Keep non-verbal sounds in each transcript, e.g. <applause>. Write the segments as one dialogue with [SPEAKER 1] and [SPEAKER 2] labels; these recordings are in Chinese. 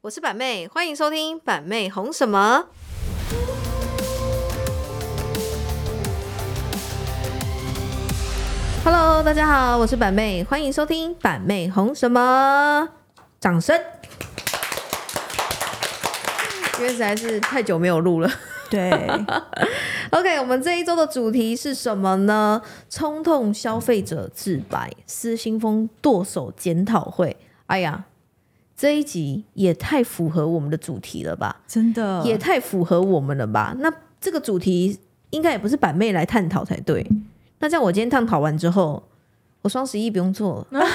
[SPEAKER 1] 我是板妹，欢迎收听板妹红什么。Hello，大家好，我是板妹，欢迎收听板妹红什么。掌声，因为实在是太久没有录了。
[SPEAKER 2] 对，
[SPEAKER 1] OK，我们这一周的主题是什么呢？冲动消费者自白，失心疯剁手检讨会。哎呀，这一集也太符合我们的主题了吧？
[SPEAKER 2] 真的
[SPEAKER 1] 也太符合我们了吧？那这个主题应该也不是板妹来探讨才对。那在我今天探讨完之后，我双十一不用做了。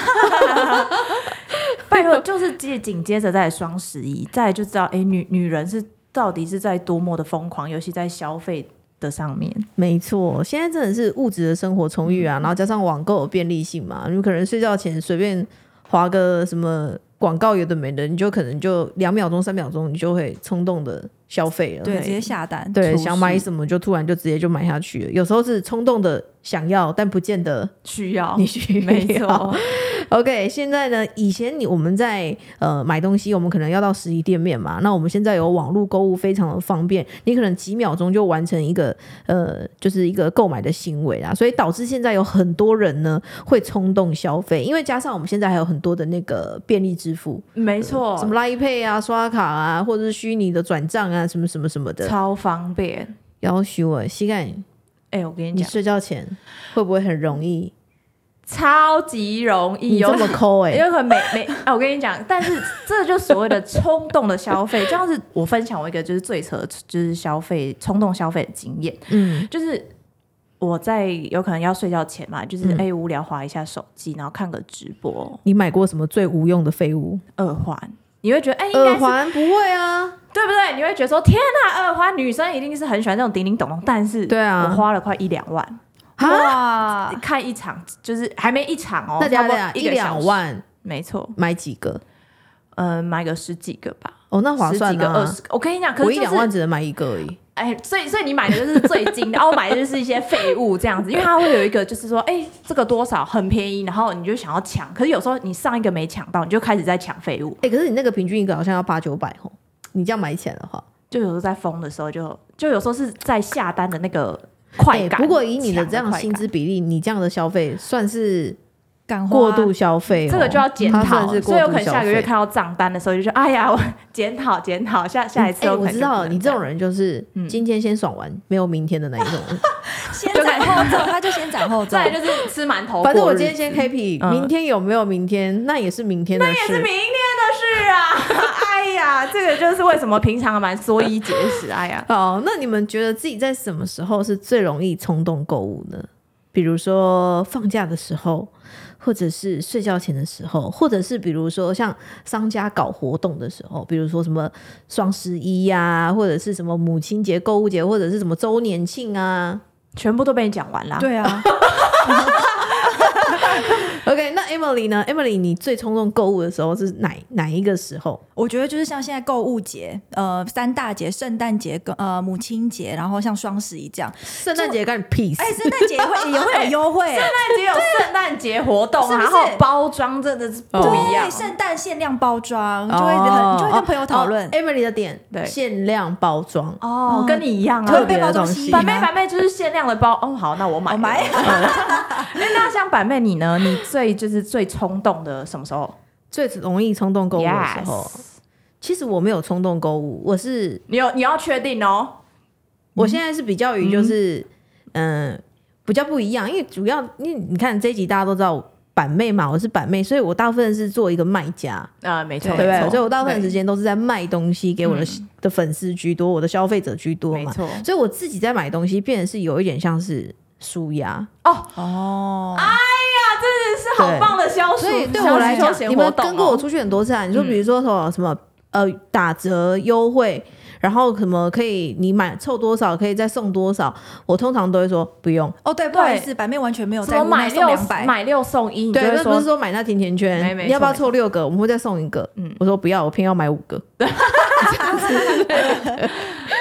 [SPEAKER 2] 拜托，就是接紧接着在双十一，再就知道哎、诶女女人是到底是在多么的疯狂，尤其在消费的上面。
[SPEAKER 1] 没错，现在真的是物质的生活充裕啊，然后加上网购的便利性嘛，你可能睡觉前随便划个什么广告，有的没的，你就可能就两秒钟、三秒钟，你就会冲动的消费了。
[SPEAKER 2] 对
[SPEAKER 3] 直接下单。
[SPEAKER 1] 对，
[SPEAKER 2] 出事
[SPEAKER 1] 想买什么就突然就直接就买下去了。有时候是冲动的想要，但不见得
[SPEAKER 2] 需要
[SPEAKER 1] 你需要。
[SPEAKER 2] 没
[SPEAKER 1] <laughs>
[SPEAKER 2] 错，
[SPEAKER 1] OK，现在呢，以前你我们在呃买东西，我们可能要到实体店面嘛，那我们现在有网络购物，非常的方便，你可能几秒钟就完成一个呃，就是一个购买的行为啊啦，所以导致现在有很多人呢会冲动消费，因为加上我们现在还有很多的那个便利支付，
[SPEAKER 2] 没错，
[SPEAKER 1] 什么拉 Pay 啊、刷卡啊，或者是虚拟的转账啊，什么什么什么的，
[SPEAKER 2] 超方便。
[SPEAKER 1] 要求啊，膝盖，
[SPEAKER 2] 哎、我跟你
[SPEAKER 1] 你
[SPEAKER 2] 讲，
[SPEAKER 1] 睡觉前会不会很容易？
[SPEAKER 2] 超级容易，
[SPEAKER 1] 你这
[SPEAKER 2] <laughs> 有
[SPEAKER 1] 么抠哎、
[SPEAKER 2] 因为可能每每啊，我跟你讲，但是这就所谓的冲动的消费，就像是我分享我一个就是最扯，就是消费冲动消费的经验，
[SPEAKER 1] 嗯，
[SPEAKER 2] 就是我在有可能要睡觉前嘛，就是哎、
[SPEAKER 1] 嗯
[SPEAKER 2] 诶无聊划一下手机，然后看个直播
[SPEAKER 1] 你买过什么最无用的废物？
[SPEAKER 2] 耳环。你会觉得，哎、应该
[SPEAKER 1] 耳
[SPEAKER 2] 是
[SPEAKER 1] 环不会啊。
[SPEAKER 2] 对不对？你会觉得说，天哪，耳环女生一定是很喜欢这种叮叮咚咚，但是
[SPEAKER 1] 对啊
[SPEAKER 2] 我花了快一两万
[SPEAKER 3] 哇，
[SPEAKER 2] 看一场，就是还没一场哦，
[SPEAKER 1] 那
[SPEAKER 2] 差
[SPEAKER 1] 家
[SPEAKER 2] 不多
[SPEAKER 1] 的
[SPEAKER 2] 一
[SPEAKER 1] 一
[SPEAKER 2] 个小
[SPEAKER 1] 两
[SPEAKER 2] 时，
[SPEAKER 1] 万
[SPEAKER 2] 没错，
[SPEAKER 1] 买几个？
[SPEAKER 2] 呃，买个十几个吧，
[SPEAKER 1] 哦，那划算
[SPEAKER 2] 十几个、二
[SPEAKER 1] 啊！
[SPEAKER 2] 十个，我跟你讲，可
[SPEAKER 1] 我一
[SPEAKER 2] 是就
[SPEAKER 1] 两
[SPEAKER 2] 是
[SPEAKER 1] 万只能买一个而已。
[SPEAKER 2] 哎，所以所以你买的就是最精的， <laughs> 然后我买的就是一些废物这样子，因为它会有一个就是说，哎，这个多少很便宜，然后你就想要抢，可是有时候你上一个没抢到，你就开始在抢废物，
[SPEAKER 1] 哎、可是你那个平均一个好像要八九百哦，你这样买起来的话，
[SPEAKER 2] 就有时候在疯的时候就就有时候是在下单的那个快
[SPEAKER 1] 哎
[SPEAKER 2] 感。
[SPEAKER 1] 不过以你的
[SPEAKER 2] 抢
[SPEAKER 1] 这样
[SPEAKER 2] 快
[SPEAKER 1] 薪
[SPEAKER 2] 感
[SPEAKER 1] 资比例，你这样的消费算是
[SPEAKER 3] 敢花
[SPEAKER 1] 过度消费、哦，
[SPEAKER 2] 这个就要检
[SPEAKER 1] 它
[SPEAKER 2] 讨
[SPEAKER 1] 算
[SPEAKER 2] 了，
[SPEAKER 1] 是过
[SPEAKER 2] 所以我可
[SPEAKER 1] 度
[SPEAKER 2] 能
[SPEAKER 1] 消
[SPEAKER 2] 下个月
[SPEAKER 1] 费。
[SPEAKER 2] 看到账单的时候就说，哎呀，我检讨检讨，下下一次
[SPEAKER 1] 哎
[SPEAKER 2] 我可
[SPEAKER 1] 我
[SPEAKER 2] 能
[SPEAKER 1] 知
[SPEAKER 2] 就不
[SPEAKER 1] 道
[SPEAKER 2] 能
[SPEAKER 1] 你这种
[SPEAKER 2] 样
[SPEAKER 1] 人就是
[SPEAKER 2] 嗯
[SPEAKER 1] 今天先爽完，没有明天的那
[SPEAKER 2] <laughs>
[SPEAKER 1] 一种人。
[SPEAKER 3] 先斩后奏，他就先斩后奏
[SPEAKER 2] 再。来就是吃馒哦头过
[SPEAKER 1] 哦
[SPEAKER 2] 日子，
[SPEAKER 1] 反正我今天先 happy，
[SPEAKER 2] 嗯
[SPEAKER 1] 明天有没有明天，那也是明天的
[SPEAKER 2] 也是
[SPEAKER 1] 事
[SPEAKER 2] 明。天的事啊！哎呀，这个就是为什么平常蛮缩衣节食。哎呀，
[SPEAKER 1] 好，哦那你们觉得自己在什么时候是最容易冲动购物呢？比如说放假的时候，或者是睡觉前的时候，或者是比如说像商家搞活动的时候，比如说什么双十一呀、或者是什么母亲节购物节，或者是什么周年庆啊。
[SPEAKER 2] 全部都被你讲完啦。，
[SPEAKER 3] 对啊，
[SPEAKER 1] OK，那 Emily 呢？Emily，你最冲动购物的时候是哪哪一个时候？
[SPEAKER 3] 我觉得就是像现在购物节，呃，三大节，圣诞节跟呃母亲节，然后像双十一这样。
[SPEAKER 1] 圣诞节干你屁事！ <laughs>
[SPEAKER 3] 哎，圣诞节也会也会有优惠，
[SPEAKER 2] 那只有圣诞节活动，
[SPEAKER 3] 是不
[SPEAKER 2] 然
[SPEAKER 3] 是
[SPEAKER 2] 后包装真的是不一样
[SPEAKER 3] 对，。圣诞限量包装，就会很就会跟朋友讨论
[SPEAKER 1] 哦。Emily 的点，
[SPEAKER 2] 对
[SPEAKER 1] 限量包装。
[SPEAKER 2] 哦，跟你一样
[SPEAKER 1] 特
[SPEAKER 2] 啊。
[SPEAKER 1] 别
[SPEAKER 3] 被
[SPEAKER 1] 的
[SPEAKER 3] 包
[SPEAKER 1] 东
[SPEAKER 3] 装
[SPEAKER 1] 西
[SPEAKER 3] 吸引
[SPEAKER 2] 板妹，
[SPEAKER 3] 吗？
[SPEAKER 2] 板妹就是限量的包哦。好，那我买。
[SPEAKER 3] 我买。
[SPEAKER 2] 那那像板妹你呢？你最就是最冲动的什么时候？
[SPEAKER 1] 最容易冲动购物的时候
[SPEAKER 2] Yes
[SPEAKER 1] 其实我没有冲动购物，我是、
[SPEAKER 2] 你有你要确定哦。
[SPEAKER 1] 我现在是比较于就是嗯、比较不一样，因为主要因为你看这一集大家都知道板妹嘛，我是板妹，所以我大部分是做一个卖家，
[SPEAKER 2] 啊，没错，
[SPEAKER 1] 对不
[SPEAKER 2] 没
[SPEAKER 1] 对？嗯
[SPEAKER 2] 错
[SPEAKER 1] 所以我大部分时间都是在卖东西给我的、的粉丝居多，我的消费者居多
[SPEAKER 2] 没
[SPEAKER 1] 嘛，
[SPEAKER 2] 错。
[SPEAKER 1] 所以我自己在买东西变得是有一点像是舒压，
[SPEAKER 3] 哦，
[SPEAKER 2] 这是好棒的消暑，
[SPEAKER 1] 所以对我来
[SPEAKER 2] 消
[SPEAKER 1] 讲，
[SPEAKER 2] 闲
[SPEAKER 1] 你
[SPEAKER 2] 活
[SPEAKER 1] 们
[SPEAKER 2] 动哦
[SPEAKER 1] 跟过我出去很多次啊。你说比如说什么什么呃打折优惠，然后什么可以你买凑多少可以再送多少，我通常都会说不用。
[SPEAKER 3] 哦对，不好意思，版面完全没有
[SPEAKER 2] 什
[SPEAKER 3] 在
[SPEAKER 2] 么
[SPEAKER 3] 乎那
[SPEAKER 2] 买
[SPEAKER 3] 送
[SPEAKER 2] 六
[SPEAKER 3] 两 <laughs> 百，
[SPEAKER 2] 买六送一，你就
[SPEAKER 1] 对，
[SPEAKER 2] 会
[SPEAKER 1] 那不
[SPEAKER 2] 说
[SPEAKER 1] 是说买那甜甜
[SPEAKER 2] 没
[SPEAKER 1] 圈，
[SPEAKER 2] 没
[SPEAKER 1] 你要不要
[SPEAKER 2] 错
[SPEAKER 1] 凑六个？我们会再送一个。
[SPEAKER 2] 嗯
[SPEAKER 1] 我说不要，我偏要买五个。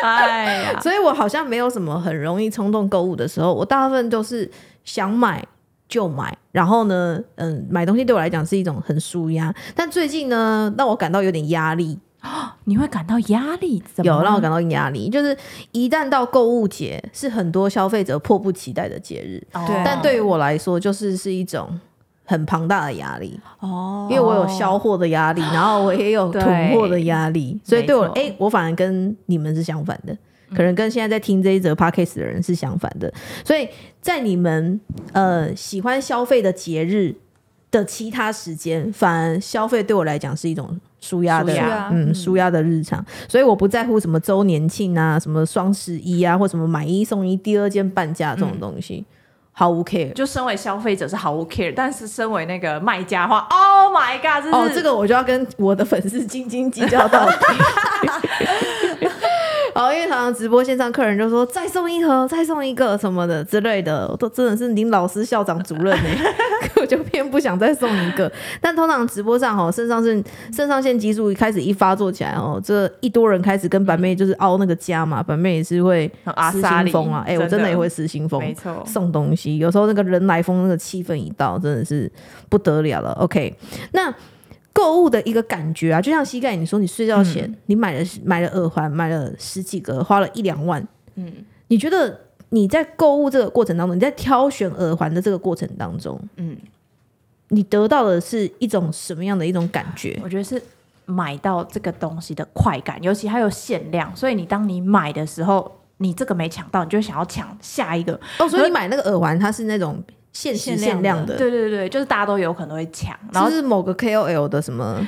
[SPEAKER 2] 哎呀，
[SPEAKER 1] 所以我好像没有什么很容易冲动购物的时候，我大部分都是想买就买，然后呢，嗯，买东西对我来讲是一种很舒压。但最近呢，让我感到有点压力，
[SPEAKER 2] <laughs> 你会感到压力，怎么
[SPEAKER 1] 有让我感
[SPEAKER 2] 到
[SPEAKER 1] 到压力，就是一旦到购物节，是很多消费者迫不及待的节日，
[SPEAKER 2] 哦
[SPEAKER 3] 对
[SPEAKER 1] 但对于我来说，就是是一种很庞大的压力。
[SPEAKER 3] 哦
[SPEAKER 1] 因为我有销货的压力，然后我也有
[SPEAKER 2] 对
[SPEAKER 1] 囤货的压力，所以对我
[SPEAKER 2] 没错嗯
[SPEAKER 1] 哎、我反而跟你们是相反的，可能跟现在在听这一则 podcast 的人是相反的。所以在你们呃喜欢消费的节日的其他时间，反而消费对我来讲是一种舒压的
[SPEAKER 2] 舒
[SPEAKER 3] 压
[SPEAKER 1] 嗯
[SPEAKER 3] 嗯
[SPEAKER 1] 舒压的日常，所以我不在乎什么周年庆啊、什么双十一啊，或什么买一送一、第二件半价这种东西，毫无 care。
[SPEAKER 2] 就身为消费者是毫无 care，但是身为那个卖家的话，Oh my god，这是、
[SPEAKER 1] 哦，这个我就要跟我的粉丝斤斤计较到底。哦，因为常常直播线上，客人就说再送一盒，再送一个什么的之类的，我都真的是您老师、校长、主任呢、可我就偏不想再送一个。但通常直播上哦，肾上腺肾上腺激素一开始一发作起来哦，这一多人开始跟板妹就是凹那个家嘛，板妹也是会
[SPEAKER 2] 很阿
[SPEAKER 1] 失
[SPEAKER 2] 莎
[SPEAKER 1] 心
[SPEAKER 2] 莉
[SPEAKER 1] 疯啊，哎、我真的也会失心疯，
[SPEAKER 2] 没错，
[SPEAKER 1] 送东西，有时候那个人来疯，那个气氛一到，真的是不得了了。OK，那购物的一个感觉啊，就像膝盖，你说你睡觉前、
[SPEAKER 2] 嗯
[SPEAKER 1] 你买了买了耳环，买了十几个，花了一两万，
[SPEAKER 2] 嗯
[SPEAKER 1] 你觉得你在购物这个过程当中，你在挑选耳环的这个过程当中，
[SPEAKER 2] 嗯，
[SPEAKER 1] 你得到的是一种什么样的一种感觉？
[SPEAKER 2] 我觉得是买到这个东西的快感，尤其它有限量，所以你当你买的时候，你这个没抢到，你就想要抢下一个。
[SPEAKER 1] 哦，所以你买那个耳环，它是那种限时
[SPEAKER 3] 限量
[SPEAKER 1] 限量
[SPEAKER 3] 的
[SPEAKER 1] 的，
[SPEAKER 2] 对对对，就是大家都有可能会抢，然后
[SPEAKER 1] 是不是某个 KOL 的什么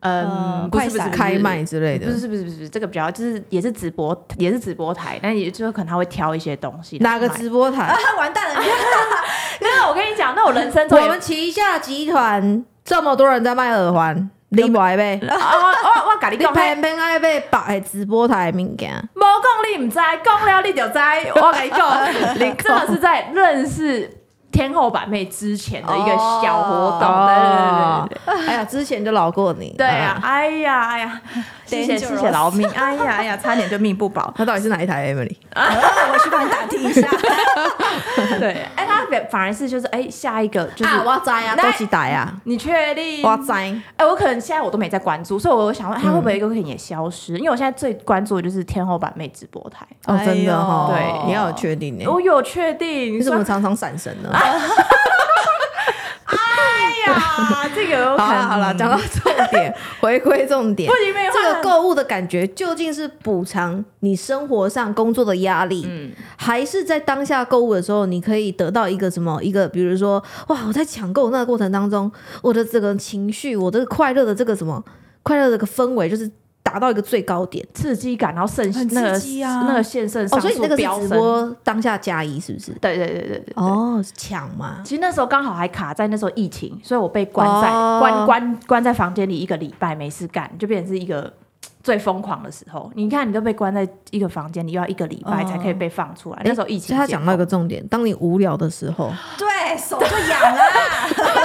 [SPEAKER 2] 嗯，不
[SPEAKER 3] 快
[SPEAKER 2] 是不是
[SPEAKER 3] 闪
[SPEAKER 1] 开卖之类
[SPEAKER 2] 不
[SPEAKER 1] 的。
[SPEAKER 2] 是不是不是，这个比较就是也是直播也是直播台，但也就是可能他会挑一些东西来
[SPEAKER 1] 哪个
[SPEAKER 2] 卖
[SPEAKER 1] 直播台？
[SPEAKER 3] 啊完蛋了， <laughs>
[SPEAKER 2] 没有，我跟你讲，那我人生中
[SPEAKER 1] 我
[SPEAKER 2] 也
[SPEAKER 1] 们旗下集团这么多人在卖耳环，你买呗？
[SPEAKER 2] 啊我我我跟你
[SPEAKER 1] 你
[SPEAKER 2] 讲，
[SPEAKER 1] 偏偏爱被摆直播台的物件，
[SPEAKER 2] 无讲你唔知，讲了你就知。我跟你讲，你真的是在认识天后版妹之前的一个小活动。
[SPEAKER 1] 哦
[SPEAKER 2] 对对对对对
[SPEAKER 1] 哎呀，之前就饶过你。。
[SPEAKER 2] 对啊，，哎呀哎呀，谢谢
[SPEAKER 3] Dangerous
[SPEAKER 2] 谢谢劳命，哎呀哎呀，差点就命不保
[SPEAKER 1] 那到底是哪一台 Emily？
[SPEAKER 3] 啊我去帮你打听一下。
[SPEAKER 2] 对，哎，他反反而是就是哎下一个就是。
[SPEAKER 1] 我知啊都是台啊，
[SPEAKER 2] 你确定？
[SPEAKER 1] 我知。
[SPEAKER 2] 哎、我可能现在我都没在关注，所以我想问，他会不会有一个也消失？因为我现在最关注的就是天后版妹直播台，
[SPEAKER 1] 哦，真的哦，
[SPEAKER 2] 哎呦对
[SPEAKER 1] 你要有确定呢。
[SPEAKER 2] 我有确定。
[SPEAKER 1] 你怎
[SPEAKER 2] 说
[SPEAKER 1] 么常常闪神呢？
[SPEAKER 2] 哎呀，这个有可
[SPEAKER 1] 好
[SPEAKER 2] <laughs> 能
[SPEAKER 1] 了好了，讲到重 <laughs> 点，回归重点
[SPEAKER 2] 不。行，没有
[SPEAKER 1] 这
[SPEAKER 2] 话
[SPEAKER 1] 个购物的感觉究竟是补偿你生活上工作的压力，还是在当下购物的时候，你可以得到一个什么一个，比如说，哇，我在抢购那个过程当中，我的这个情绪，我的快乐的这个什么快乐的这个氛围，就是达到一个最高点。
[SPEAKER 2] 刺激感，然后肾
[SPEAKER 3] 很
[SPEAKER 2] 那个
[SPEAKER 3] 刺激啊
[SPEAKER 2] 那个腺肾
[SPEAKER 1] 哦，
[SPEAKER 2] 上
[SPEAKER 1] 所以你那
[SPEAKER 2] 素
[SPEAKER 1] 个
[SPEAKER 2] 飙
[SPEAKER 1] 是直
[SPEAKER 2] 升。
[SPEAKER 1] 播当下加一，是不是？
[SPEAKER 2] 对对对对对。
[SPEAKER 1] 哦，是抢嘛。
[SPEAKER 2] 其实那时候刚好还卡在那时候疫情，所以我被关在、
[SPEAKER 1] 哦
[SPEAKER 2] 关关关在房间里一个礼拜，没事干，就变成是一个最疯狂的时候。你看，你都被关在一个房间里，又要一个礼拜才可以被放出来。那时候疫
[SPEAKER 1] 哎所
[SPEAKER 2] 情
[SPEAKER 1] 以他
[SPEAKER 2] 解封，
[SPEAKER 1] 讲到一个重点，当你无聊的时候，
[SPEAKER 3] 对手就痒 <laughs> 啦。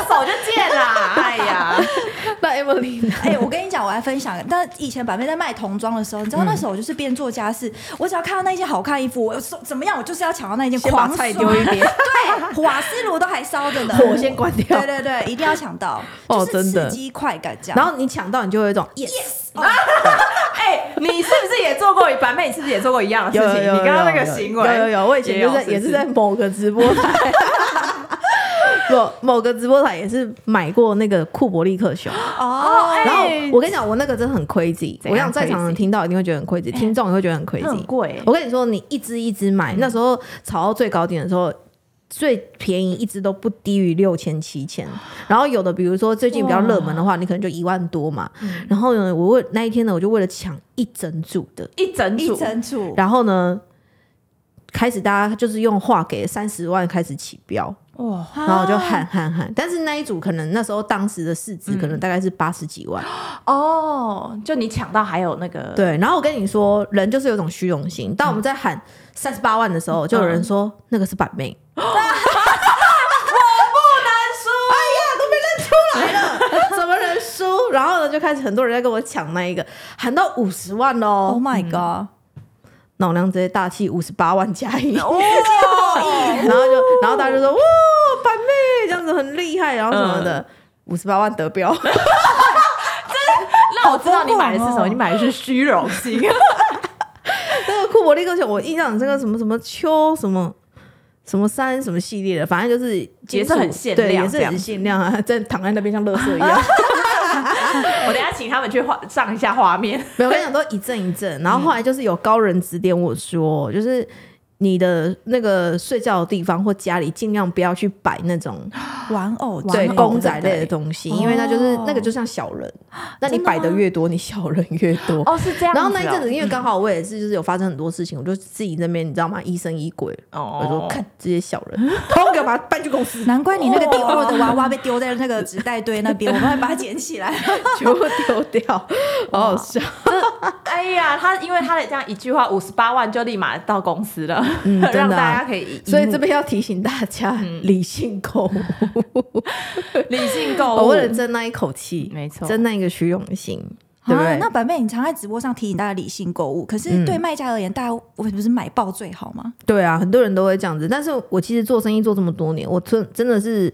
[SPEAKER 2] 手就贱啦，哎呀，
[SPEAKER 1] <laughs> 那 Emily <laughs> 呢
[SPEAKER 3] 哎、我跟你讲，我来分享。但以前板妹在卖童装的时候，你知
[SPEAKER 1] 嗯
[SPEAKER 3] 道那时候我就是边做家事，我只要看到那件好看衣服，我手怎么样，我就是要抢到那一件
[SPEAKER 1] 先
[SPEAKER 3] 狂
[SPEAKER 1] 把
[SPEAKER 3] 刷
[SPEAKER 1] 菜丢一边，
[SPEAKER 3] 对，瓦斯炉都还
[SPEAKER 1] <laughs>
[SPEAKER 3] 烧着呢，
[SPEAKER 1] 火哎先关掉
[SPEAKER 3] 对对对，一定要抢到，
[SPEAKER 1] 哦
[SPEAKER 3] 就是
[SPEAKER 1] 真的
[SPEAKER 3] 刺激快感这样。
[SPEAKER 1] 然后你抢到，你就会有一种 yes。 <laughs>
[SPEAKER 2] 哎、你是不是也做过？板妹，你是不是也做过一样的
[SPEAKER 1] <laughs>
[SPEAKER 2] 事
[SPEAKER 1] 有
[SPEAKER 2] 情？
[SPEAKER 1] 有有
[SPEAKER 2] 你刚刚那
[SPEAKER 1] 有
[SPEAKER 2] 个
[SPEAKER 1] 有
[SPEAKER 2] 行为，
[SPEAKER 1] 有有有，我以前就在也是在某个直播台， <laughs> 某某个直播台也是买过那个库伯利克熊，
[SPEAKER 3] 哦，
[SPEAKER 1] 然后我跟你讲，我那个真的很 crazy，
[SPEAKER 2] 哎怎样
[SPEAKER 1] 我想在场的人
[SPEAKER 2] crazy？哎
[SPEAKER 1] 听到一定会觉得很 crazy，听众也会觉得很
[SPEAKER 2] 那很
[SPEAKER 1] crazy。
[SPEAKER 2] 贵、欸。
[SPEAKER 1] 我跟你说，你一只一只买，那时候炒到最高点的时候。最便宜一只都不低于六千七千，然后有的比如说最近比较热门的话，你可能就一万多嘛。
[SPEAKER 2] 嗯
[SPEAKER 1] 然后呢，我为那一天呢，我就为了抢一整组的，
[SPEAKER 2] 一整
[SPEAKER 3] 一
[SPEAKER 2] 组，
[SPEAKER 3] 整组，
[SPEAKER 1] 然后呢，开始大家就是用话给三十万开始起标，
[SPEAKER 2] 哇，
[SPEAKER 3] 啊
[SPEAKER 1] 然后我就喊喊喊，但是那一组可能那时候当时的市值可能大
[SPEAKER 3] 嗯
[SPEAKER 1] 概是八十几万，
[SPEAKER 2] 哦，就你抢到还有那个，
[SPEAKER 1] 对。然后我跟你说，人就是有一种虚荣心，当我们在喊三十八万的时候，就有人说那个是板妹。
[SPEAKER 3] 啊
[SPEAKER 1] <laughs> 哎我不能输！哎呀，都没认出来了，怎么能输？然后呢，就开始很多人在跟我抢那一个，喊到五十万
[SPEAKER 3] ，Oh
[SPEAKER 1] 哦，
[SPEAKER 3] my god，
[SPEAKER 1] 老娘直接大气五十八万加一。
[SPEAKER 2] 哦，
[SPEAKER 1] <laughs> 然后就，然后大家就说：“哇，板 <laughs>
[SPEAKER 2] 嗯
[SPEAKER 1] 妹这样子很厉害，然后什么的，五十八万得标。”
[SPEAKER 2] 那我知道你买的是什
[SPEAKER 3] 好疯
[SPEAKER 2] 么，
[SPEAKER 3] 狂哦
[SPEAKER 2] 你买的是虚
[SPEAKER 1] <laughs>
[SPEAKER 2] 荣心。
[SPEAKER 1] 那个库伯利克球，我印象很深刻，什么什么秋什么什么山什么系列的，反正就是金属
[SPEAKER 2] 也是很限
[SPEAKER 1] 对，
[SPEAKER 2] 量
[SPEAKER 1] 也是
[SPEAKER 2] 这样
[SPEAKER 1] 很
[SPEAKER 2] 子
[SPEAKER 1] 限量啊， <laughs> 在躺在那边像垃圾一
[SPEAKER 2] <laughs>
[SPEAKER 1] 样。
[SPEAKER 2] 我等一下请他们去画上一下画面。
[SPEAKER 1] 没有，我跟你讲，都一阵一阵。然后后来就是有高人指点我说，就是你的那个睡觉的地方或家里，尽量不要去摆那种
[SPEAKER 3] 玩哦偶
[SPEAKER 1] 哦对
[SPEAKER 3] 玩偶
[SPEAKER 1] 公仔类的
[SPEAKER 3] 对不对
[SPEAKER 1] 东西，
[SPEAKER 3] 哦
[SPEAKER 1] 因为它就是那个就像小人，那你
[SPEAKER 3] 真的吗
[SPEAKER 1] 摆的越多，你小人越多。
[SPEAKER 2] 哦，是这样
[SPEAKER 1] 然后那一阵子，因为啊刚好我也是，就是有发生很多事情，我就自己那边你知道吗？疑神疑鬼，
[SPEAKER 2] 哦
[SPEAKER 1] 我说看这些小人， <laughs> 通给我把他搬去公司，
[SPEAKER 3] 难怪你那个
[SPEAKER 1] 哦
[SPEAKER 3] 第二的娃娃被丢在那个纸袋堆那
[SPEAKER 1] <laughs>
[SPEAKER 3] 边，我们会把它捡起来。
[SPEAKER 1] 全部丢掉， <laughs> 好好笑。
[SPEAKER 2] 哎呀，他因为他的这样一句话，五十八万就立马到公司了，
[SPEAKER 1] 嗯真
[SPEAKER 2] <laughs> 让
[SPEAKER 1] 的啊
[SPEAKER 2] 大家可以
[SPEAKER 1] 所以这边要提醒大家理性购物。
[SPEAKER 2] 理性购
[SPEAKER 1] 哦我
[SPEAKER 2] 物。
[SPEAKER 1] 为了争那一口气，
[SPEAKER 2] 没错
[SPEAKER 1] 争那一个虚荣心，对不
[SPEAKER 3] 啊
[SPEAKER 1] 对？
[SPEAKER 3] 那版妹，你常在直播上提醒大家理性购物，可是
[SPEAKER 1] 嗯
[SPEAKER 3] 对卖家而言，大家我不是买爆最好吗？
[SPEAKER 1] 对啊，很多人都会这样子。但是我其实做生意做这么多年，我真真的是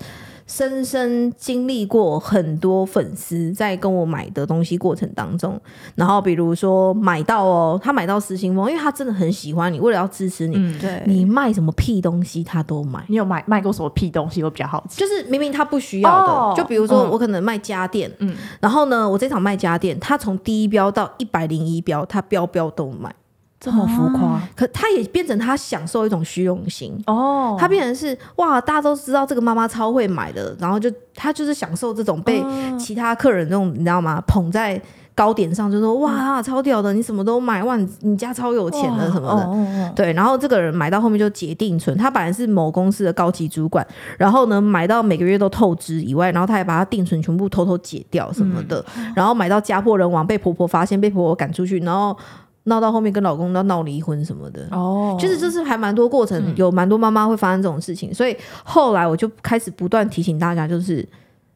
[SPEAKER 1] 深深经历过很多粉丝在跟我买的东西过程当中，然后比如说买到哦，他买到失心疯，因为他真的很喜欢你，为了要支持你，
[SPEAKER 2] 嗯，
[SPEAKER 3] 对，
[SPEAKER 1] 你卖什么屁东西他都买。
[SPEAKER 2] 你有买卖过什么屁东西？我比较好奇。
[SPEAKER 1] 就是明明他不需要的，
[SPEAKER 2] 哦
[SPEAKER 1] 就比如说
[SPEAKER 2] 嗯
[SPEAKER 1] 我可能卖家电，
[SPEAKER 2] 嗯
[SPEAKER 1] 然后呢，我这场卖家电，他从第一标到一百零一标，他标标都买，
[SPEAKER 2] 这么浮夸
[SPEAKER 1] 可他也变成他享受一种虚荣心，
[SPEAKER 2] 哦
[SPEAKER 1] 他变成是哇，大家都知道这个妈妈超会买的，然后就他就是享受这种被其他客人那种你知道吗捧在高点上，就说哇超屌的，你什么都买，哇你你家超有钱
[SPEAKER 2] 哦
[SPEAKER 1] 的什么的。
[SPEAKER 2] 的。
[SPEAKER 1] 对，然后这个人买到后面就结定存，他本来是某公司的高级主管，然后呢买到每个月都透支以外，然后他还把他定存全部偷偷解掉什么的，然后买到家破人亡，被婆婆发现，被婆婆赶出去，然后闹到后面跟老公要闹离婚什么的。
[SPEAKER 2] 哦
[SPEAKER 1] 就是这是还蛮多过程，有蛮多妈妈会发生这种事情，所以后来我就开始不断提醒大家，就是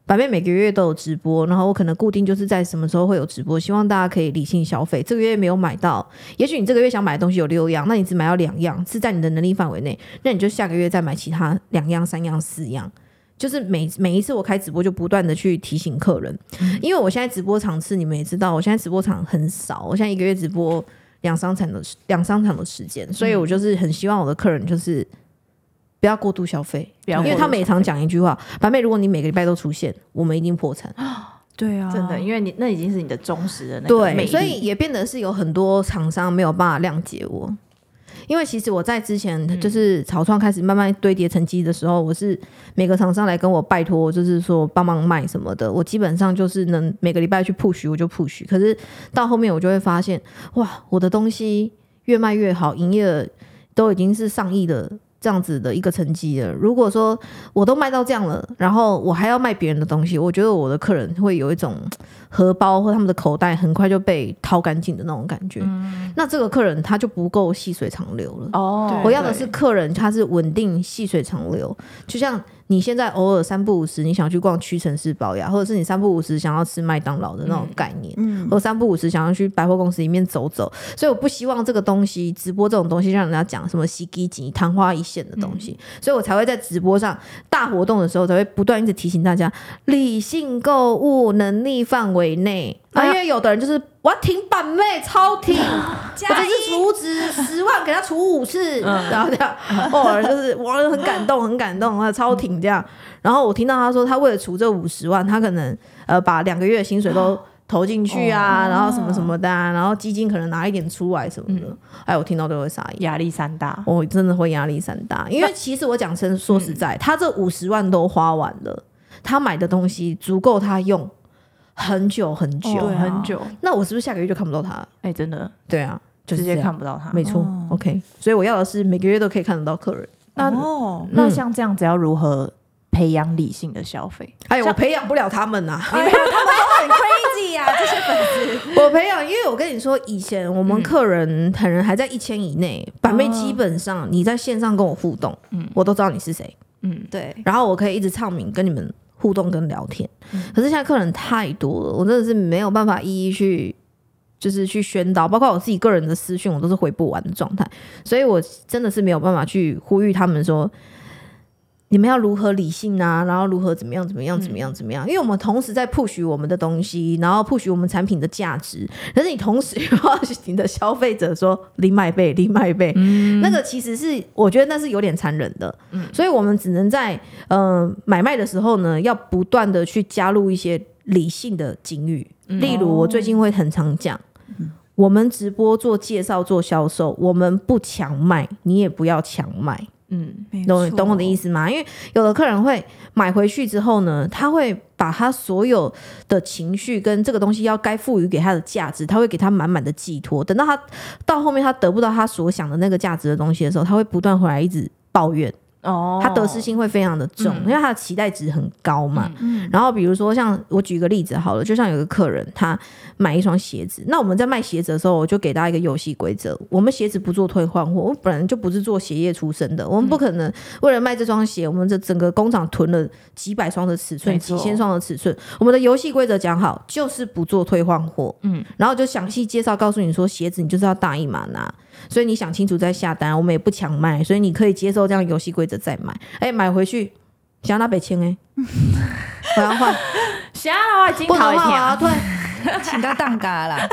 [SPEAKER 1] 百妹每个月都有直播，然后我可能固定就是在什么时候会有直播，希望大家可以理性消费。这个月没有买到，也许你这个月想买的东西有六样，那你只买到两样，是在你的能力范围内，那你就下个月再买其他两样、三样、四样。就是每每一次我开直播，就不断的去提醒客人，
[SPEAKER 2] 嗯
[SPEAKER 1] 因为我现在直播场次你们也知道，我现在直播场很少，我现在一个月直播两三场的两三场的时间，所以
[SPEAKER 2] 嗯
[SPEAKER 1] 我就是很希望我的客人就是不要过度消费，
[SPEAKER 2] 不要
[SPEAKER 1] 因
[SPEAKER 2] 过
[SPEAKER 1] 为
[SPEAKER 2] 度
[SPEAKER 1] 他们也常讲一句话：白妹，如果你每个礼拜都出现，我们一定破产。
[SPEAKER 3] 对啊，
[SPEAKER 2] 真的，因为你那已经是你的忠实的那个魅
[SPEAKER 1] 对，
[SPEAKER 2] 力
[SPEAKER 1] 所以也变得是有很多厂商没有办法谅解我，因为其实我在之前
[SPEAKER 2] 嗯
[SPEAKER 1] 就是草创开始慢慢堆叠成绩的时候，我是每个厂商来跟我拜托，就是说帮忙卖什么的，我基本上就是能每个礼拜去 push 我就 push，可是到后面我就会发现，哇，我的东西越卖越好，营业额都已经是上亿的。这样子的一个成绩了。如果说我都卖到这样了，然后我还要卖别人的东西，我觉得我的客人会有一种呃荷包或他们的口袋很快就被掏干净的那种感觉。那这个客人他就不够细水长流了。
[SPEAKER 2] 哦，
[SPEAKER 1] 我要的
[SPEAKER 2] 对
[SPEAKER 1] 是客人，他是稳定细水长流，就像你现在偶尔三不五时，你想去逛屈臣氏、宝雅，或者是你三不五时想要吃麦当劳的那种概念，
[SPEAKER 3] 嗯
[SPEAKER 1] 或三不五时想要去百货公司里面走走。所以我不希望这个东西，直播这种东西让人家讲什么洗几几昙花一现的东西，
[SPEAKER 2] 嗯
[SPEAKER 1] 所以我才会在直播上大活动的时候，才会不断一直提醒大家理性购物，能力范围内。啊，
[SPEAKER 2] 哎呀
[SPEAKER 1] 因为有的人就是我要挺板妹，超挺。
[SPEAKER 3] 加
[SPEAKER 1] 我这
[SPEAKER 3] 一
[SPEAKER 1] 是除值十 <laughs> 万，给他除五次，然后这样，偶尔就是我很感动，很感动，啊，超挺这样。然后我听到他说，他为了除这五十万，他可能呃把两个月的薪水都投进去啊，然后什么什么的、啊，然后基金可能拿一点出来什么的。哎，我听到都会傻眼。
[SPEAKER 2] 压力山大。
[SPEAKER 1] 我真的会压力山大，因为其实我讲真，说实在，他这五十万都花完了，他买的东西足够他用很久很久。
[SPEAKER 2] 久
[SPEAKER 3] 对啊
[SPEAKER 2] 很久，
[SPEAKER 1] 那我是不是下个月就看不到他了？
[SPEAKER 2] 哎，真的
[SPEAKER 1] 对啊，就是
[SPEAKER 2] 直
[SPEAKER 1] 这
[SPEAKER 2] 接
[SPEAKER 1] 样
[SPEAKER 2] 看不到他。
[SPEAKER 1] 没错、
[SPEAKER 3] 哦
[SPEAKER 1] o k 啊所以我要的是每个月都可以看得到客人。
[SPEAKER 2] 那
[SPEAKER 3] 哦，
[SPEAKER 2] 那像这样子要如何培养理性的消费？
[SPEAKER 1] 哎呦，我培养不了他们啊 <laughs> 呐、
[SPEAKER 3] 哎呀他们都很 crazy 啊 <laughs> 呀，这些粉丝。
[SPEAKER 1] 我培养，因为我跟你说，以前我们客人可能还在一千以内，板妹基本上你在线上跟我互动，我都知道你是谁，
[SPEAKER 2] 嗯，
[SPEAKER 3] 对，
[SPEAKER 1] 然后我可以一直唱名跟你们互动跟聊天。可是现在客人太多了，我真的是没有办法一一去。就是去宣导，包括我自己个人的私讯，我都是回不完的状态，所以我真的是没有办法去呼吁他们说，你们要如何理性啊，然后如何怎么样怎么样怎么样怎么样，因为我们同时在 push 我们的东西，然后 push 我们产品的价值，可是你同时又要你的消费者说另卖倍，另卖倍，那个其实是我觉得那是有点残忍的，所以我们只能在呃买卖的时候呢，要不断的去加入一些理性的警语，例如我最近会很常讲。我们直播做介绍、做销售，我们不强卖，你也不要强卖。
[SPEAKER 2] 嗯，
[SPEAKER 1] 懂懂我的意
[SPEAKER 3] 思？
[SPEAKER 1] 思吗？因为有的客人会买回去之后呢，他会把他所有的情绪跟这个东西要该赋予给他的价值，他会给他满满的寄托。等到他到后面他得不到他所想的那个价值的东西的时候，他会不断回来一直抱怨，
[SPEAKER 2] 哦，
[SPEAKER 1] 他得失心会非常的重，因为他的期待值很高嘛。
[SPEAKER 3] 嗯，
[SPEAKER 1] 然后比如说像我举个例子好了，就像有个客人他买一双鞋子，那我们在卖鞋子的时候，我就给大家一个游戏规则，我们鞋子不做退换货，我本来就不是做鞋业出身的，我们
[SPEAKER 3] 嗯
[SPEAKER 1] 不可能为了卖这双鞋，我们这整个工厂囤了几百双的尺寸，
[SPEAKER 2] 没
[SPEAKER 1] 几
[SPEAKER 2] 错
[SPEAKER 1] 千双的尺寸，我们的游戏规则讲好，就是不做退换货，嗯，然后就详细介绍告诉你说鞋子你就是要大一码拿，所以你想清楚再下单，我们也不强卖，所以你可以接受这样游戏规则再买，哎，买回去想要拿北千
[SPEAKER 2] <laughs>
[SPEAKER 1] 哎，我要换。
[SPEAKER 2] 吓到我惊
[SPEAKER 1] 不能
[SPEAKER 2] 头一
[SPEAKER 1] 换我啊
[SPEAKER 2] 跳
[SPEAKER 1] 要。退。
[SPEAKER 3] <laughs> 请到当家啦。
[SPEAKER 1] <laughs>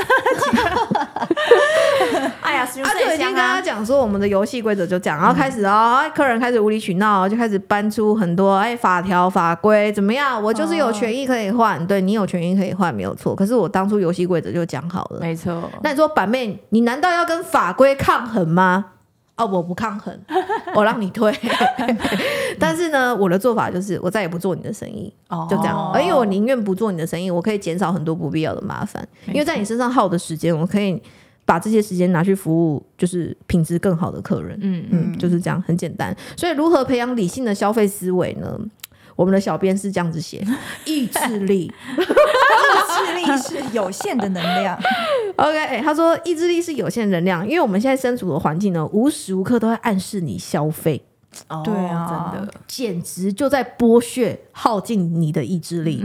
[SPEAKER 2] 哎呀，是不
[SPEAKER 1] 他
[SPEAKER 2] 是
[SPEAKER 1] 就已经跟
[SPEAKER 2] 啊
[SPEAKER 1] 他讲说我们的游戏规则就这样，然后开始哦，哎客人开始无理取闹，就开始搬出很多哎法条法规怎么样？我就是有权益可以换，对你有权益可以换没有错，可是我当初游戏规则就讲好了。
[SPEAKER 2] 没错，
[SPEAKER 1] 那你说板妹，你难道要跟法规抗衡吗？哦，我不抗衡，我让你退。 <laughs> 但是呢，我的做法就是我再也不做你的生意。
[SPEAKER 2] 哦
[SPEAKER 1] 就这样，而因为我宁愿不做你的生意，我可以减少很多不必要的麻烦，因为在你身上耗的时间，我可以把这些时间拿去服务，就是品质更好的客人。
[SPEAKER 2] 嗯
[SPEAKER 1] 嗯，就是这样，很简单。所以，如何培养理性的消费思维呢？我们的小编是这样子写：意志力。
[SPEAKER 3] 智力是有限的能量，
[SPEAKER 1] OK，、他哎说意志力是有限能量，因为我们现在身处的环境呢，无时无刻都在暗示你消费，
[SPEAKER 2] 哦
[SPEAKER 3] 对啊
[SPEAKER 2] 真的
[SPEAKER 1] 简直就在剥削、耗尽你的意志力。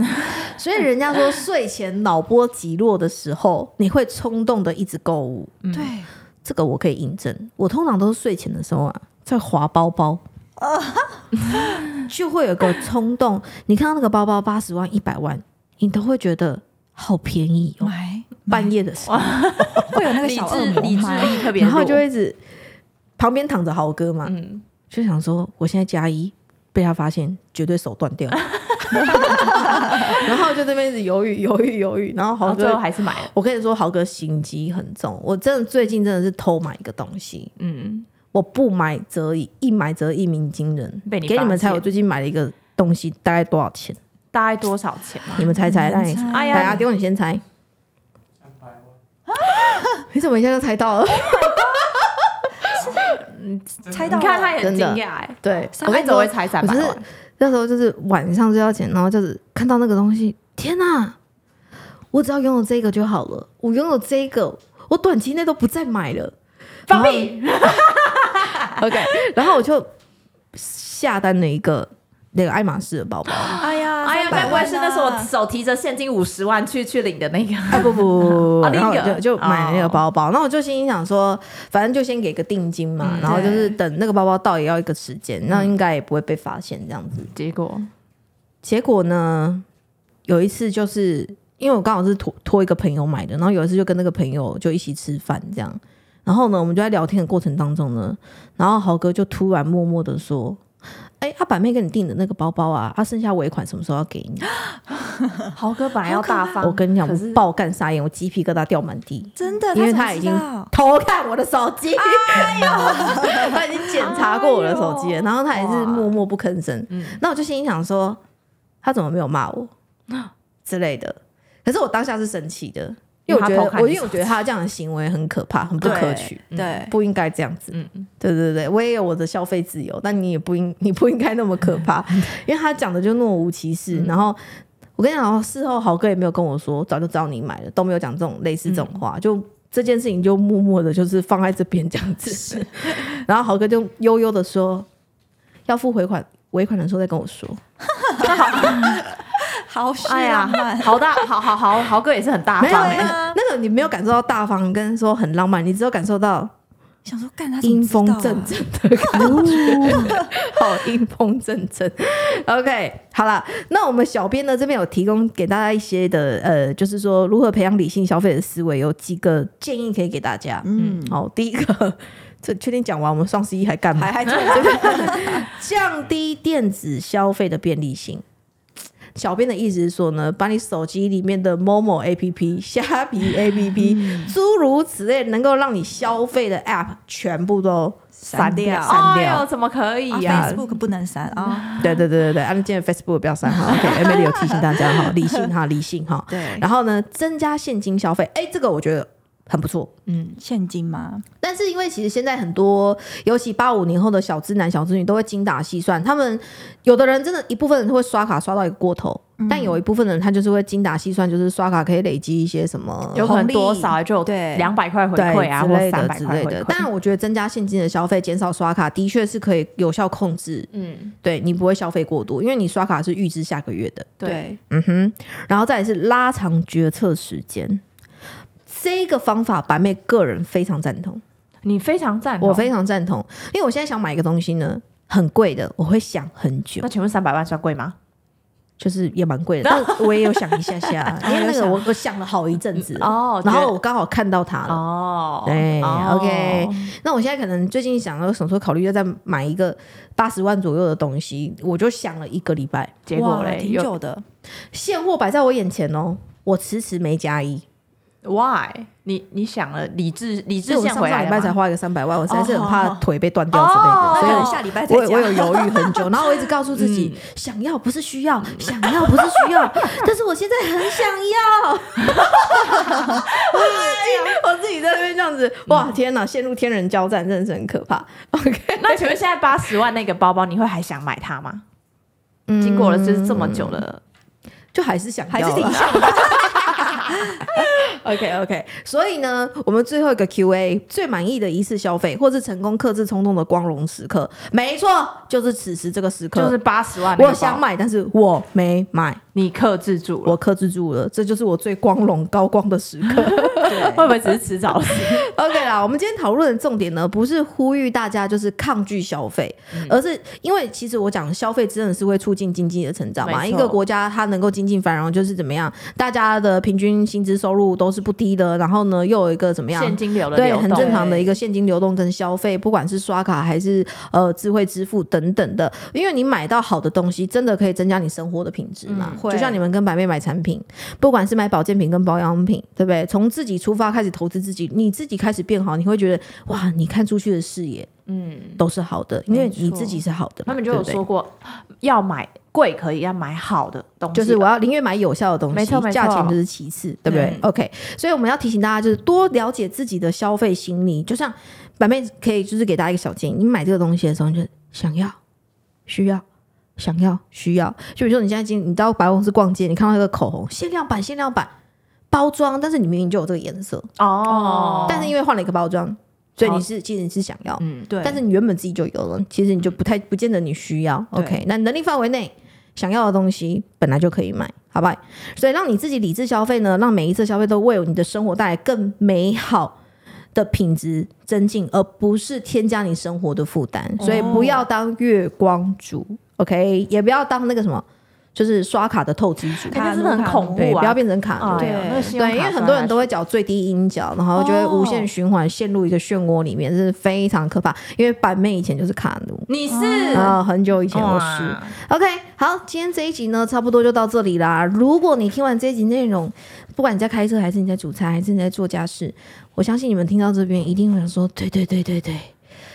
[SPEAKER 1] 所以人家说，睡前脑波极弱的时候，你会冲动的一直购物。
[SPEAKER 3] <laughs> 对，
[SPEAKER 1] 这个我可以印证，我通常都是睡前的时候啊，在划包包。就会有个冲动，你看到那个包包八十万、一百万，你都会觉得好便宜哦。
[SPEAKER 3] 买
[SPEAKER 1] 半夜的时候，
[SPEAKER 3] 会有那个
[SPEAKER 2] 理
[SPEAKER 3] 小恶
[SPEAKER 2] 智
[SPEAKER 3] 魔
[SPEAKER 2] 理
[SPEAKER 3] 吗
[SPEAKER 2] 智力特别
[SPEAKER 1] 然
[SPEAKER 2] 弱，
[SPEAKER 1] 后就会一直旁边躺着豪哥嘛，
[SPEAKER 2] 嗯，
[SPEAKER 1] 就想说我现在加一被他发现，绝对手断掉。
[SPEAKER 2] <laughs>
[SPEAKER 1] 然后就这边一直犹豫犹豫犹豫，然后
[SPEAKER 2] 然
[SPEAKER 1] 豪
[SPEAKER 2] 后最后
[SPEAKER 1] 哥，
[SPEAKER 2] 还是买了，
[SPEAKER 1] 我跟你说，豪哥心机很重。我真的最近真的是偷买一个东西，
[SPEAKER 2] 嗯，
[SPEAKER 1] 我不买则已，一买则一鸣惊人。
[SPEAKER 2] 被你
[SPEAKER 1] 给你
[SPEAKER 2] 发
[SPEAKER 1] 们猜，
[SPEAKER 2] 现
[SPEAKER 1] 我最近买了一个东西，大概多少钱？
[SPEAKER 2] 大概多少钱啊嘛？
[SPEAKER 1] 你们猜猜，让你
[SPEAKER 3] 你们猜
[SPEAKER 2] 哎呀
[SPEAKER 1] 来阿丢，你先
[SPEAKER 2] <laughs>
[SPEAKER 1] 猜。你怎么一下就猜到
[SPEAKER 2] <laughs>
[SPEAKER 1] 了？
[SPEAKER 3] 猜到
[SPEAKER 2] 你
[SPEAKER 3] 了
[SPEAKER 2] 看他也很
[SPEAKER 1] 真
[SPEAKER 2] 惊
[SPEAKER 1] 的
[SPEAKER 2] 讶哎，
[SPEAKER 1] 对，
[SPEAKER 2] 我
[SPEAKER 1] 我跟
[SPEAKER 2] 跟
[SPEAKER 1] 你
[SPEAKER 2] 你说
[SPEAKER 1] 说
[SPEAKER 2] 我会，猜三百
[SPEAKER 1] 我
[SPEAKER 2] 万
[SPEAKER 1] 就，那时候就是晚上睡觉前，然后就是看到那个东西，天哪、我只要拥有这个就好了。我拥有这个，我短期内都不再买了。
[SPEAKER 2] 放屁！
[SPEAKER 1] OK，然 <laughs> 后我就下单了一个那个爱马仕的 <laughs> 包包。
[SPEAKER 3] 哎呀，
[SPEAKER 2] 哎呀，
[SPEAKER 3] 300
[SPEAKER 2] 难怪是
[SPEAKER 3] 万
[SPEAKER 2] 那时候我
[SPEAKER 3] 啊
[SPEAKER 2] 手提着现金五十万去去领的那个，
[SPEAKER 1] 啊不不不不，不
[SPEAKER 2] 啊
[SPEAKER 1] 然后我
[SPEAKER 2] 另一个
[SPEAKER 1] 就就买了那个哦包包。那我就心里想说，反正就先给个定金嘛，然后就是等那个包包到也要一个时间，那应该也不会被发现这样子。
[SPEAKER 2] 结果
[SPEAKER 1] 结果呢，有一次就是因为我刚好是托托一个朋友买的，然后有一次就跟那个朋友就一起吃饭这样，然后呢，我们就在聊天的过程当中呢，然后豪哥就突然默默的说：“哎、阿板妹跟你订的那个包包啊，啊，剩下尾款什么时候要给你？”
[SPEAKER 2] 豪哥本来要大方，
[SPEAKER 1] 我跟你讲，
[SPEAKER 2] 啊可
[SPEAKER 1] 我
[SPEAKER 2] 是
[SPEAKER 1] 爆干傻眼，我鸡皮疙瘩掉满地。
[SPEAKER 3] 真的，
[SPEAKER 1] 因为
[SPEAKER 3] 怎么
[SPEAKER 1] 他已
[SPEAKER 3] 知
[SPEAKER 1] 经
[SPEAKER 3] 道
[SPEAKER 1] 偷看我的手机，哎 <laughs> 他已经检查过我的手机了，然后他也是默默不吭声。那我就心里想说，他怎么没有骂 <laughs> 我之类的？可是我当下是生气的，因为我觉
[SPEAKER 2] 因为他偷
[SPEAKER 1] 得
[SPEAKER 2] 看
[SPEAKER 1] 我
[SPEAKER 2] 你
[SPEAKER 1] 因为我觉得他这样的行为很可怕，很不可取，
[SPEAKER 3] 对对
[SPEAKER 1] 不应该这样子。
[SPEAKER 2] 哎嗯嗯
[SPEAKER 1] 对对对，我也有我的消费自由，但你也不应 <laughs> 你不应该那么可怕，
[SPEAKER 2] 嗯
[SPEAKER 1] 因为他讲的就若无其事。然后我跟你讲，事后豪哥也没有跟我说，早就知道你买了，都没有讲这种类似这种
[SPEAKER 2] 嗯
[SPEAKER 1] 话，就这件事情就默默的，就是放在这边这样子。 <laughs> 然后豪哥就悠悠的说，要付回款尾款的时候再跟我说。
[SPEAKER 3] 好啊是
[SPEAKER 2] 哎呀
[SPEAKER 3] 浪漫，，
[SPEAKER 2] 好大，好好好，豪哥也是很大
[SPEAKER 1] 没有
[SPEAKER 2] 方
[SPEAKER 1] 那
[SPEAKER 2] 哎，
[SPEAKER 1] 个那个你没有感受到大方跟说很浪漫，你只有感受到
[SPEAKER 3] <laughs> 想说干他怎么
[SPEAKER 1] 阴
[SPEAKER 3] 知道
[SPEAKER 1] 风
[SPEAKER 3] 啊
[SPEAKER 1] 阵
[SPEAKER 3] <laughs>
[SPEAKER 1] 阵的感觉， <laughs> 好阴风阵阵。OK，好了，那我们小编呢这边有提供给大家一些的呃，就是说如何培养理性消费的思维，有几个建议可以给大家。嗯，好，第一个，这确定讲完，我们双十一还干嘛 <laughs>
[SPEAKER 3] 还？还做这个
[SPEAKER 1] 降低电子消费的便利性。小编的意思是说呢，把你手机里面的某某 APP、虾皮
[SPEAKER 3] 嗯
[SPEAKER 1] APP，诸、如此类能够让你消费的 App 全部都删掉。
[SPEAKER 3] 删
[SPEAKER 1] 删
[SPEAKER 2] 哎
[SPEAKER 1] 掉
[SPEAKER 2] 呦，怎么可以呀、
[SPEAKER 3] 啊，Facebook 不能删
[SPEAKER 2] <laughs>
[SPEAKER 3] 啊，
[SPEAKER 1] 对对对对对，按键 Facebook 不要删哈。OK，Emily、有提醒大家哈， <laughs> 理性哈，理性哈。
[SPEAKER 3] 对，
[SPEAKER 1] 然后呢，增加现金消费，哎，这个我觉得很不错。
[SPEAKER 3] 现金嘛，
[SPEAKER 1] 但是因为其实现在很多，尤其八五零后的小资男、小资女都会精打细算，他们有的人真的，一部分人会刷卡刷到一个过头，
[SPEAKER 2] 嗯
[SPEAKER 1] 但有一部分人他就是会精打细算，就是刷卡可以累积一些什么。
[SPEAKER 2] 有可能多少
[SPEAKER 3] 红
[SPEAKER 2] 啊就有
[SPEAKER 3] 对
[SPEAKER 2] 两百块回
[SPEAKER 1] 对
[SPEAKER 2] 馈啊，
[SPEAKER 1] 之
[SPEAKER 2] 或
[SPEAKER 1] 类
[SPEAKER 2] 三
[SPEAKER 1] 的
[SPEAKER 2] 百
[SPEAKER 1] 之
[SPEAKER 2] 块
[SPEAKER 1] 类
[SPEAKER 2] 回
[SPEAKER 1] 的，
[SPEAKER 2] 馈。
[SPEAKER 1] 但我觉得增加现金的消费，减少刷卡，的确是可以有效控制。
[SPEAKER 2] 嗯，
[SPEAKER 1] 对你不会消费过度，因为你刷卡是预支下个月的。
[SPEAKER 2] 对，
[SPEAKER 3] 对，
[SPEAKER 1] 嗯哼，然后再来是拉长决策时间，这个方法白妹个人非常赞同。
[SPEAKER 2] 你非常赞同。
[SPEAKER 1] 我非常赞同，因为我现在想买一个东西呢，很贵的，我会想很久
[SPEAKER 2] 那，请问三百万算贵吗？
[SPEAKER 1] 就是也蛮 <laughs> 贵的，但我也有想一下 <laughs> 下，因为那个
[SPEAKER 3] 我
[SPEAKER 1] 我我想了好一阵子，
[SPEAKER 2] 哦
[SPEAKER 1] 然
[SPEAKER 2] 觉
[SPEAKER 1] 后
[SPEAKER 2] 得
[SPEAKER 1] 我刚好看到它了。
[SPEAKER 2] 哦，
[SPEAKER 1] 对、o
[SPEAKER 2] 哦
[SPEAKER 1] k 那我现在可能最近想要什么时候考虑要再买一个八十万左右的东西，我就想了一个礼拜，
[SPEAKER 2] 结果
[SPEAKER 3] 哇
[SPEAKER 2] 嘞，
[SPEAKER 3] 挺
[SPEAKER 2] 有
[SPEAKER 3] 久的，
[SPEAKER 1] 现货摆在我眼前哦，我迟迟没加一，
[SPEAKER 2] why？你你想了，理智理
[SPEAKER 1] 所以
[SPEAKER 2] 智
[SPEAKER 1] 我
[SPEAKER 2] 线
[SPEAKER 1] 上
[SPEAKER 2] 回
[SPEAKER 1] 上
[SPEAKER 2] 来
[SPEAKER 1] 礼拜
[SPEAKER 2] 了
[SPEAKER 1] 才
[SPEAKER 2] 吗
[SPEAKER 1] 花一个三百万，我实在是很
[SPEAKER 2] 哦
[SPEAKER 1] 怕
[SPEAKER 2] 好好
[SPEAKER 1] 腿被断掉之类的，
[SPEAKER 2] 哦
[SPEAKER 1] 所
[SPEAKER 3] 那可
[SPEAKER 1] 以
[SPEAKER 3] 能
[SPEAKER 1] 我
[SPEAKER 3] 下礼拜再
[SPEAKER 1] 我我有
[SPEAKER 3] 讲
[SPEAKER 1] 犹豫很久，然后我一直告诉自
[SPEAKER 2] 嗯
[SPEAKER 1] 己， <laughs> 想要不是需要，想要不是需要，但是我现在很想要。 <laughs> 我自
[SPEAKER 2] 哎
[SPEAKER 1] 己我自己在那边这样子，哇，天哪，陷入天人交战，真的是很可怕。OK，
[SPEAKER 2] 那请问现在八十万那个包包，你会还想买它吗？
[SPEAKER 1] 嗯
[SPEAKER 2] 经过了就是这么久了，
[SPEAKER 1] 就还是想要啊
[SPEAKER 3] 还是挺
[SPEAKER 1] 啦
[SPEAKER 3] 像
[SPEAKER 1] <laughs> OK OK，所以呢，我们最后一个 Q&A 最满意的一次消费，或是成功克制冲动的光荣时刻，没错，就是此时这个时刻。
[SPEAKER 2] 就是八十万。
[SPEAKER 1] 我想，买，但是我没买，
[SPEAKER 2] 你克制住了，
[SPEAKER 1] 我克制住了，这就是我最光荣高光的时刻。
[SPEAKER 2] 会不会只是迟早的事？
[SPEAKER 1] <laughs> OK 啦，我们今天讨论的重点呢，不是呼吁大家就是抗拒消费，
[SPEAKER 2] 嗯
[SPEAKER 1] 而是因为其实我讲消费真的是会促进经济的成长嘛。
[SPEAKER 2] 没
[SPEAKER 1] 一
[SPEAKER 2] 错
[SPEAKER 1] 个国家它能够经济繁荣，就是怎么样，大家的平均薪资收入都是不低的，然后呢又有一个怎么样
[SPEAKER 2] 现金流
[SPEAKER 1] 啊
[SPEAKER 2] 的
[SPEAKER 1] 对，
[SPEAKER 2] 流
[SPEAKER 1] 很
[SPEAKER 2] 动，
[SPEAKER 1] 正常的嗯一个现金流动跟消费，不管是刷卡还是呃智慧支付等等的，因为你买到好的东西，真的可以增加你生活的品质嘛。
[SPEAKER 2] 嗯
[SPEAKER 3] 会
[SPEAKER 1] 就像你们跟百妹买产品，不管是买保健品跟保养品，对不对？从自己出发开始投资自己，你自己开始变好，你会觉得哇，你看出去的视野，嗯，都是好的，因为你自己是好的嘛。
[SPEAKER 2] 他们就
[SPEAKER 1] 对
[SPEAKER 2] 有
[SPEAKER 1] 不对
[SPEAKER 2] 说过，要买贵可以，要买好的东西，
[SPEAKER 1] 就是我要宁愿买有效的东西，
[SPEAKER 2] 没错没错嗯
[SPEAKER 1] 价钱就是其次，对不对、o k 所以我们要提醒大家，就是多了解自己的消费心理。就像板妹可以就是给大家一个小建议，你买这个东西的时候，你就想要、需要、想要、需要。就比如说你现在进，你到百货公司逛街，你看到一个口红，限量版、限量版包装，但是你明明就有这个颜色，
[SPEAKER 2] 哦，
[SPEAKER 1] 但是因为换了一个包装，所以你是其实你是想要，
[SPEAKER 2] 嗯，
[SPEAKER 3] 对，
[SPEAKER 1] 但是你原本自己就有了，其实你就不太不见得你需要。
[SPEAKER 3] 对
[SPEAKER 1] OK，那能力范围内想要的东西本来就可以买，好不好？所以让你自己理智消费呢，让每一次消费都为你的生活带来更美好。的品质增进，而不是添加你生活的负担，
[SPEAKER 3] 哦
[SPEAKER 1] 所以不要当月光族、o k 也不要当那个什么，就是刷卡的透支族，
[SPEAKER 2] 哎那真的很恐
[SPEAKER 1] 对，
[SPEAKER 2] 怖啊！
[SPEAKER 1] 不要变成卡奴，
[SPEAKER 2] 哎
[SPEAKER 3] 对
[SPEAKER 2] 呀那个信用
[SPEAKER 1] 对，因为
[SPEAKER 2] 卡
[SPEAKER 1] 很
[SPEAKER 2] 刷
[SPEAKER 1] 多
[SPEAKER 2] 下
[SPEAKER 1] 人
[SPEAKER 2] 去
[SPEAKER 1] 都会缴最低音缴，然后就会无
[SPEAKER 2] 哦
[SPEAKER 1] 限循环，陷入一个漩涡里面，这是非常可怕。因为板妹以前就是卡奴。
[SPEAKER 2] 你是
[SPEAKER 1] 啊、很久以前我是
[SPEAKER 2] 哇
[SPEAKER 1] OK，好，今天这一集呢，差不多就到这里啦。如果你听完这一集内容，不管你在开车，还是你在煮菜，还是你在做家事，我相信你们听到这边一定会想说，对对对对对，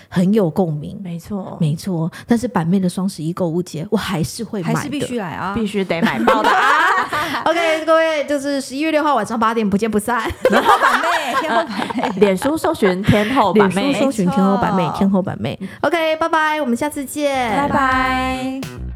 [SPEAKER 1] 很有共鸣，
[SPEAKER 2] 没错，
[SPEAKER 1] 没错。但是板妹的双十一购物节，我还是会买
[SPEAKER 3] 还
[SPEAKER 1] 的，
[SPEAKER 3] 是必须来啊，
[SPEAKER 2] 必须得买爆
[SPEAKER 1] <laughs>
[SPEAKER 2] 的啊！
[SPEAKER 1] OK，各位，就是十一月六号晚上八点不见不 <laughs> 散。
[SPEAKER 3] 天花板妹，天花板妹。
[SPEAKER 2] 脸书搜寻天后
[SPEAKER 1] 脸
[SPEAKER 2] 版
[SPEAKER 1] 书
[SPEAKER 2] 妹，
[SPEAKER 1] 搜寻
[SPEAKER 3] 没错
[SPEAKER 1] 天后版妹，天后版妹。OK，拜拜，我们下次见，
[SPEAKER 2] 拜拜。
[SPEAKER 3] 拜。